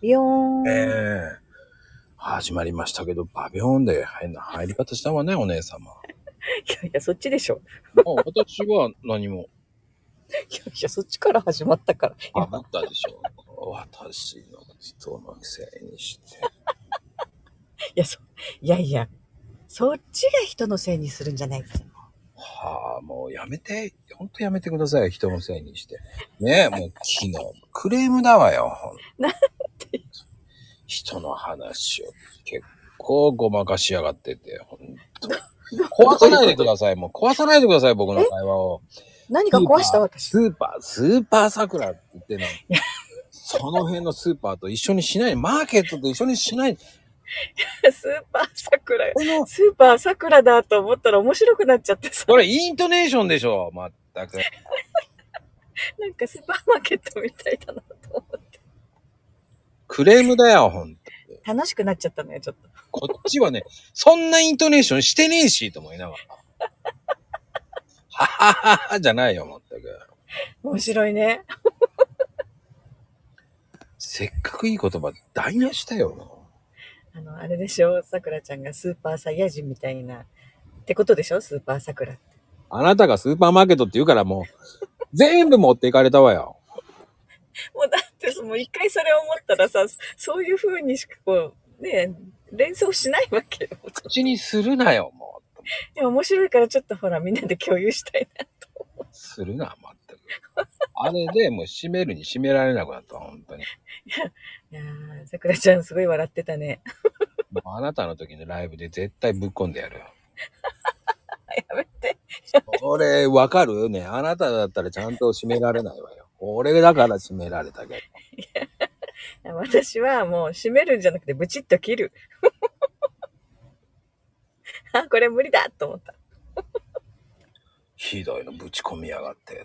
ビヨーン。ええ始まりましたけど、バビョーンで変な入り方したわね、お姉様。いやいや、そっちでしょ。あ私は何も。いやいや、そっちから始まったから。あなたでしょ。私の人のせいにして。いや、そ、いやいや、そっちが人のせいにするんじゃないって。はあ、もうやめて。ほんとやめてください。人のせいにして。ねえ、もう昨日、クレームだわよ。ほんとなん人の話を結構ごまかしやがってて、ほん と。壊さないでください。もう壊さないでください、僕の会話を。何か壊した私。スーパー、スーパー桜って言ってんの。その辺のスーパーと一緒にしない。マーケットと一緒にしない。スーパー桜よこの、スーパー桜だと思ったら面白くなっちゃってさ、これイントネーションでしょ。まったく。なんかスーパーマーケットみたいだなと思って。クレームだよ、ほんと。楽しくなっちゃったのよ、ちょっと。こっちはね、そんなイントネーションしてねえし、と思いながら。はははは、じゃないよ、まったく。面白いね。せっかくいい言葉台無しだよ。あの、あれでしょ、桜ちゃんがスーパーサイヤ人みたいな。ってことでしょ、スーパー桜って。あなたがスーパーマーケットって言うからもう、全部持っていかれたわよ。もうだってその、もう一回それを思ったらさ、そういう風にしかこう、ねえ、連想しないわけよ。 口にするなよ、もでも面白いからちょっとほら、みんなで共有したいな。う。するな、まったく。あれでもう閉めるに閉められなくなった、本当 いに。やー、桜ちゃんすごい笑ってたね。 もうあなたの時のライブで絶対ぶっ込んでやるよ。やめて。俺、わかるね。あなただったらちゃんと閉められないわよ。俺だから閉められたけど。私はもう閉めるんじゃなくてブチッと切る。 あ、これ無理だと思った。ひどいのぶち込みやがって。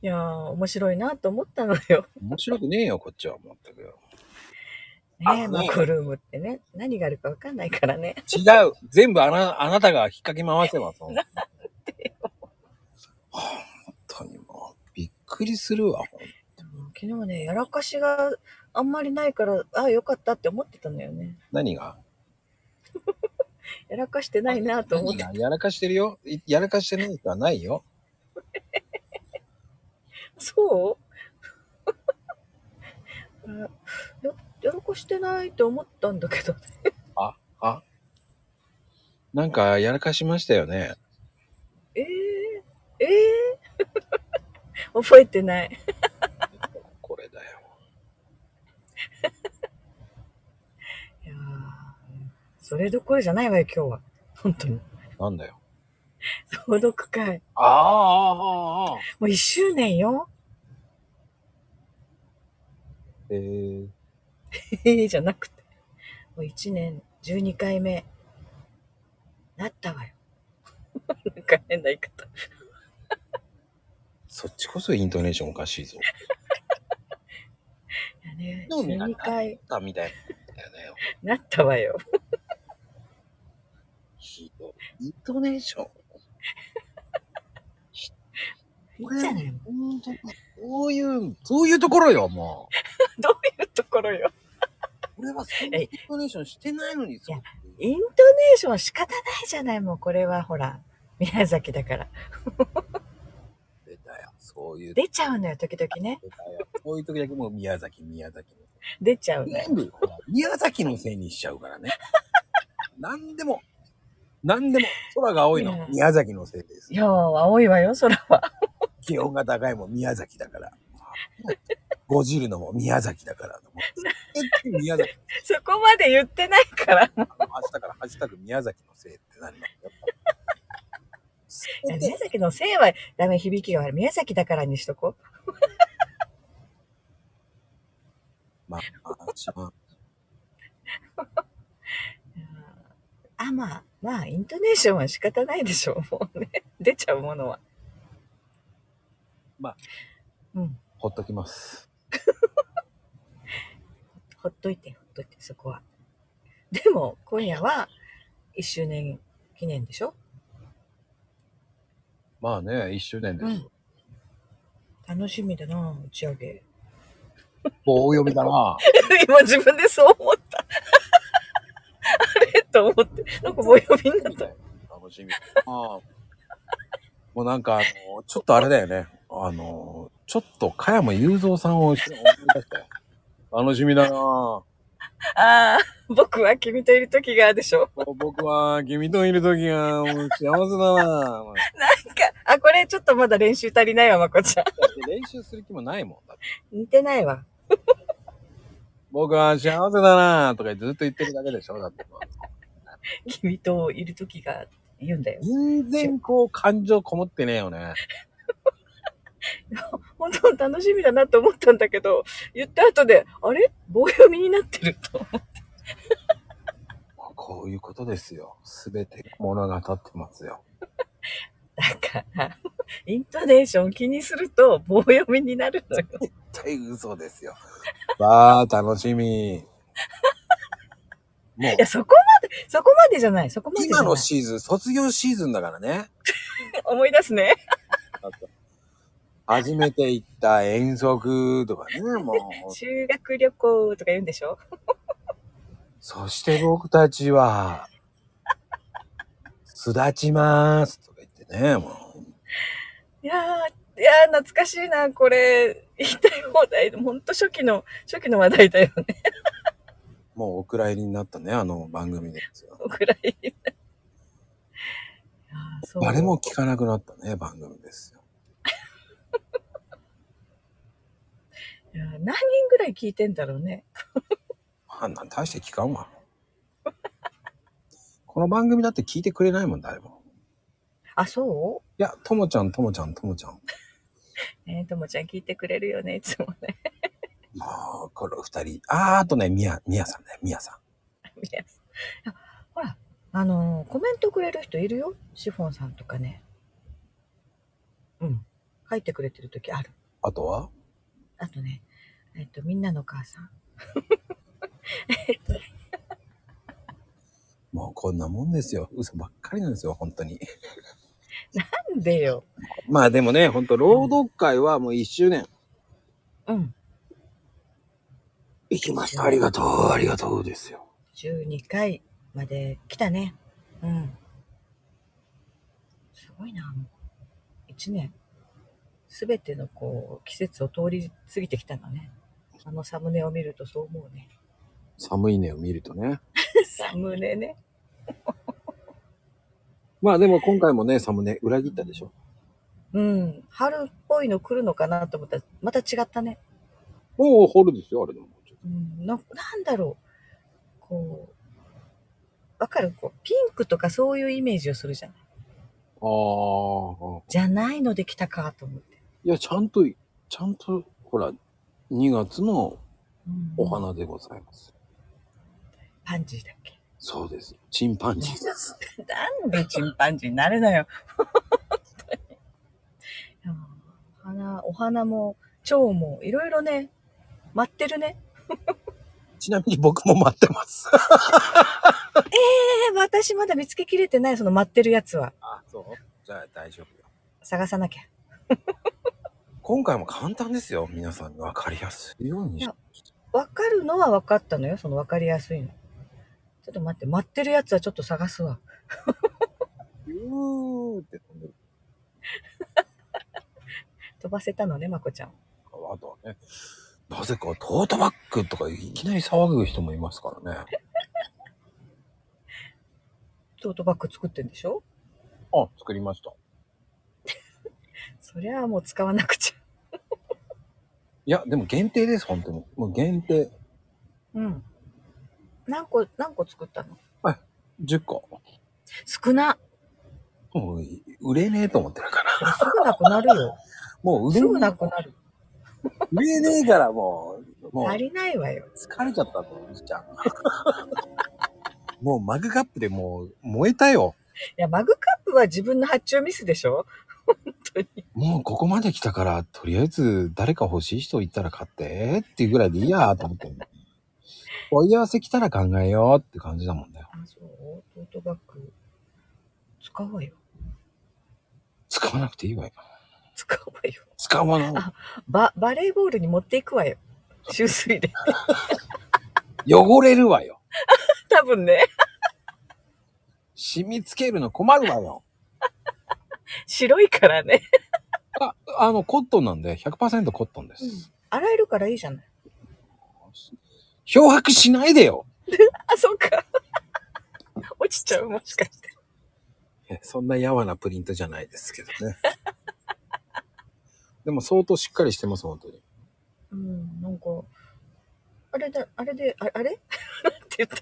いやー、面白いなと思ったのよ。面白くねえよ、こっちは思ったけど。ねえ、あまあ、ねクルームってね、何があるかわかんないからね。違う全部あな、あなたが引っかき回してます。本当にもう、びっくりするわ。ほん昨日ね、やらかしがあんまりないから、あ、よかったって思ってたのよね。何がやらかしてないなと思って何。がやらかしてるよ。いやらかしてない人はないよ。そう あややらかしてないと思ったんだけど、 あ、あ。なんか、やらかしましたよね。えー、えー、 覚えてない。これだよ。いやーそれどころじゃないわよ、今日は。本当に。なんだよ。朗読会。ああ、ああ、ああ。もう一周年よ。 えー、ええじゃなくて。もう一年、十二回目。なったわよ。 なんか変な言い方。そっちこそイントネーションおかしいぞ。いやね、興味十がない二回、あ、みたいな。だよね。なったわよ。ひどい。イントネーション。いいじゃない。ほんとそういう、そういうところよ、も どういうところよ。う。俺はそんなイントネーションしてないのに、そう。イントネーションは仕方ないじゃない、もうこれはほら。宮崎だから。出たよ。そういう、出出ちゃうのよ、時々ね。たよ。そういう時だけもう宮崎、宮崎。出ちゃうのよ。全部、ほら宮崎のせいにしちゃうからね。 なんでも、なんでも、空が青いいやの、宮崎のせいですい。やー、青いわよ、空は。 気温が高いも宮崎だから。ごじるのも宮崎だから。もう宮崎、そこまで言ってない から。明日からハッシュタグ宮崎のせいってなりますよ。いや宮崎のせいはダメ、響きが悪い。宮崎だからにしとこう。まあ、まあ、あ、まあ、まあ、イントネーションは仕方ないでしょう、 もうね。出ちゃうものは。まあ。うん。ほっときます。ほっといて、ほっといて、そこは。でも、今夜は、1周年記念でしょまあね、一周年です。うん楽しみだな、打ち上げ。棒読みだな。 今自分でそう思った。あれと思って、なんか棒読みになみったた。いな。楽しみ。ああ。もうなんか、あの、ちょっとあれだよね。あの、ちょっと、加山雄三さんを思い出したよ。楽しみだなぁああ、僕は君といる時がでしょ。僕は、君といる時が、もう幸せだなぁなんか、あ、これちょっとまだ練習足りないわ、まこちゃ練習する気もないもんだって。ん。似てないわ。僕は幸せだなぁとかずっと言ってるだけでしょだって。君といる時がって言うんだよ。全然こう、感情こもってねえよね。本当楽しみだなと思ったんだけど、言った後で、あれ棒読みになってると。こういうことですよ。すべて物が立ってますよ。だから、イントネーションを気にすると棒読みになるのよ。絶対嘘ですよ。わあ、楽しみ。もういや、、そこまで、そこまでじゃない、そこまでじゃ今ないの。シーズン、卒業シーズンだからね。思い出すね。初めて行った遠足とかね、もう。修学旅行とか言うんでしょそして僕たちは、巣立ちまーすとか言ってね、もう。いやー、いやー懐かしいな、これ。言いたい放題。ほんと初期の、初期の話題だよね。もうお蔵入りになったね、あの番組ですよ。ぐらい。 いやーそう誰も聞かなくなったね、番組ですよ。いやー何人ぐらい聞いてんだろうね。あんなん大して聞かんわ。この番組だって聞いてくれないもん、誰も。あ、そいや、ともちゃん、ともちゃん、ともちゃん。うねえ、ともちゃん聞いてくれるよね、 いつもね。もう、この二人。あー、あとね、みや、みやさんね、みやさん。いやほら、あのーコメントくれる人いるよ。シフォンさんとかね。うん。書いてくれてる時ある。あとはあとね、えっと、みんなのお母さん。もうこんなもんですよ。嘘ばっかりなんですよ、本当に。なんでよ。まあでもね、本当朗読会はもう一周年。うん。行きました。ありがとう、ありがとうですよ。 12回まで来たね。うん。すごいな、もう。1年。すべてのこう、季節を通り過ぎてきたのね。あのサムネを見るとそう思う ね。寒いねを見るとね。サムネね。まあでも今回もね、サムネ裏切ったでしょ。うん。春っぽいの来るのかなと思ったら、また違ったね。もうホールですよ、あれでも。うん。な、なんだろう。こう、わかるこう、ピンクとかそういうイメージをするじゃない。ああ。じゃないので来たかと思って。いや、ちゃんと、ちゃんと、ほら、2月のうんお。花でございます。パンジーだっけそうです。チンパンジーです。なんでチンパンジーになるの よ。本当にいやお花、お花も、蝶も、いろいろね、待ってるね。ちなみに僕も待ってます。えー、私まだ見つけきれてない、その待ってるやつは。あ、そうじゃあ大丈夫よ。探さなきゃ。今回も簡単ですよ。皆さんに分かりやすいようにしいやわかるのは分かったのよ、その分かりやすいの。ちょっと待って、待ってるやつはちょっと探すわ。ビューって飛んでる飛ばせたのね、まこちゃん。から、あとはね、なぜかトートバッグとかいきなり騒ぐ人もいますからね。トートバッグ作ってんでしょあ、作りました。そりゃあもう使わなくちゃ。いや、でも限定です、本当に。もう限定。うん。何個、何個作ったの10個。少な。もう売れねえと思ってるから。 すぐなくなるよ。もう売すれぐねなくなる。え。売れねえからもう、もう足りないわよ。疲れちゃったと思うじゃん。もうマグカップでもう燃えたよ。いや、マグカップは自分の発注ミスでしょもうここまで来たから、とりあえず誰か欲しい人いたら買ってっていうぐらいでいいやと思ってんの。問い合わせ来たら考えようって感じだもんだよ。あ、そう。トートバッグ。使おうよ。使わなくていいわよ。使おうよ。使わない。あバ、バレーボールに持っていくわよ。収水で。汚れるわよ。多分ね、染みつけるの困るわよ。白いからね。あ、あの、コットンなんで、100%コットンです。洗えるからいいじゃない。漂白しないでよ。あ、そっか。落ちちゃう、もしかして。そんなやわなプリントじゃないですけどね。でも相当しっかりしてます、本当に。うん、なんか、あれだ、あれで、ああれ なんて言った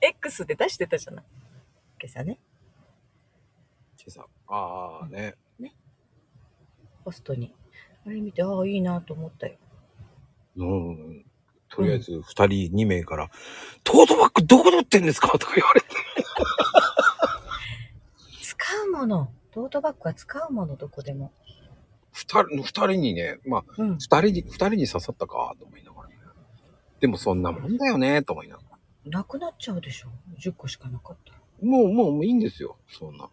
?X で出してたじゃない。今朝ね、今朝。ああね。ホストに。あれ見て、ああ、いいなと思ったよ。うん。とりあえず、二人、二名から、トートバッグどこ取ってんですかとか言われて。使うもの、トートバッグは使うもの、どこでも。二人、二人にね、まあ、うん二。人に、二人に刺さったか、と思いながらね。でもそんなもんだよね、と思いながら。なくなっちゃうでしょ。10個しかなかったら。もう、もう、もういいんですよ。そんな。い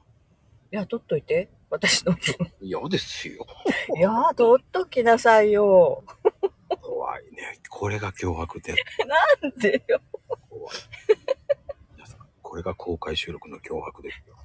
や、取っといて。私の分。嫌ですよ。いやー、取っときなさいよ。怖いね。これが脅迫で、なんでよ。怖い。皆さん、これが公開収録の脅迫ですよ。